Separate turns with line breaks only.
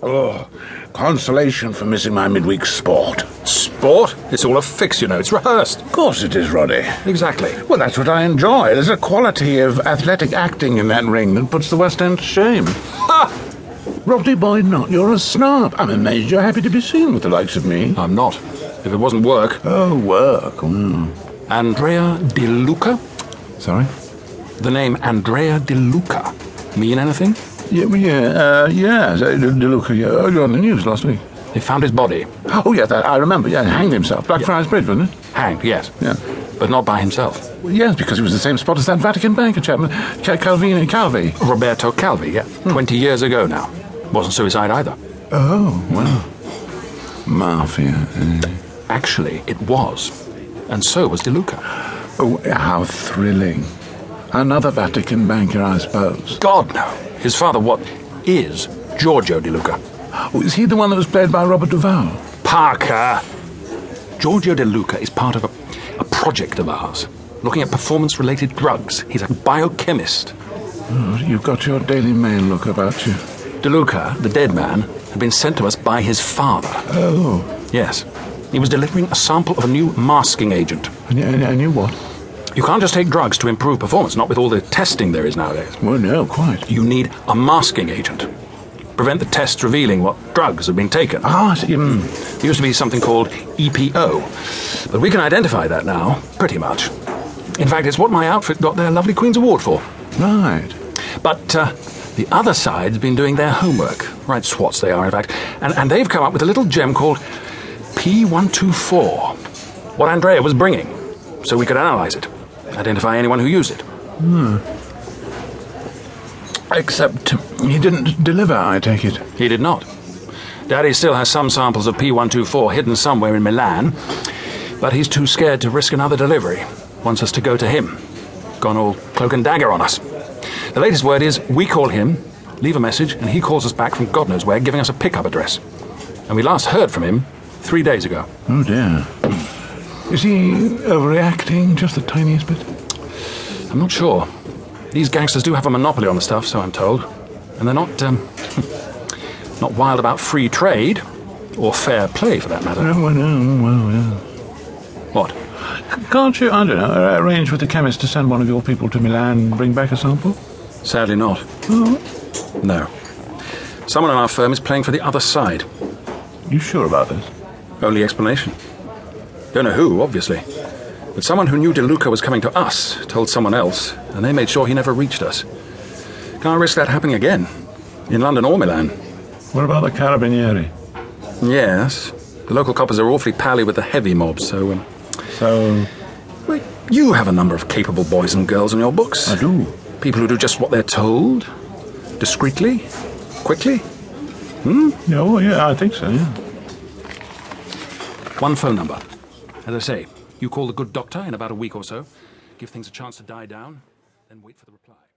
Oh, consolation for missing my midweek sport.
Sport? It's all a fix, you know. It's rehearsed.
Of course it is, Roddy.
Exactly.
Well, that's what I enjoy. There's a quality of athletic acting in that ring that puts the West End to shame.
Ha!
Roddy Boyd, not you're a snob. I'm amazed you're happy to be seen with the likes of me.
I'm not. If it wasn't work.
Oh, work. Mm.
Andrea De Luca?
Sorry?
The name Andrea De Luca mean anything?
Yeah, well, yeah, uh, yeah. so, uh, Deluca, yeah. Oh, you're on the news last week.
They found his body.
Oh, yeah, that, I remember. Yeah, hanged himself. Blackfriars Bridge, wasn't it?
Hanged, yes.
Yeah.
But not by himself.
Well, yes, because it was the same spot as that Vatican banker chap, Cal- Calvini, Calvi.
Roberto Calvi, yeah. 20 years ago now. Wasn't suicide either.
Oh, well. Mafia. eh.
Actually, it was. And so was De Luca.
Oh, how thrilling. Another Vatican banker, I suppose.
God, no. His father, what is Giorgio De Luca?
Oh, is he the one that was played by Robert Duvall?
Parker! Giorgio De Luca is part of a, a project of ours, looking at performance related drugs. He's a biochemist.
Oh, you've got your Daily Mail look about you.
De Luca, the dead man, had been sent to us by his father.
Oh,
Yes. He was delivering a sample of a new masking agent.
and, and, and you what?
You can't just take drugs to improve performance, not with all the testing there is nowadays.
Well, no, quite.
You need a masking agent. Prevent the test revealing what drugs have been taken.
Ah, I see. Mm.
There used to be something called EPO, but we can identify that now, pretty much. In fact, it's what my outfit got their lovely Queen's Award for.
Right.
But uh, the other side's been doing their homework. Right swats they are, in fact. And, and they've come up with a little gem called P124. What Andrea was bringing, so we could analyze it, identify anyone who used it.
Except he didn't deliver, I take it.
He did not. Daddy still has some samples of P124 hidden somewhere in Milan, but he's too scared to risk another delivery. Wants us to go to him. Gone all cloak and dagger on us. The latest word is we call him, leave a message, and he calls us back from God knows where, giving us a pickup address. And we last heard from him three days ago.
Oh dear. Is he overreacting just the tiniest bit?
I'm not sure. These gangsters do have a monopoly on the stuff, so I'm told. And they're not, um, not wild about free trade, or fair play for that matter.
Oh, well, no, well, yeah.
What?
Can't you, I don't know, uh, arrange with the chemist to send one of your people to Milan and bring back a sample?
Sadly not. No. Someone in our firm is playing for the other side.
You sure about this?
Only explanation. Don't know who, obviously. But someone who knew DeLuca was coming to us told someone else, and they made sure he never reached us. Can't risk that happening again. In London or Milan.
What about the Carabinieri?
Yes. The local coppers are awfully pally with the heavy mob, so. Um,
So,
well, you have a number of capable boys and girls in your books.
I do.
People who do just what they're told, discreetly, quickly.
Yeah, well, yeah, I think so, yeah.
One phone number. As I say, you call the good doctor in about a week or so, give things a chance to die down, then wait for the reply.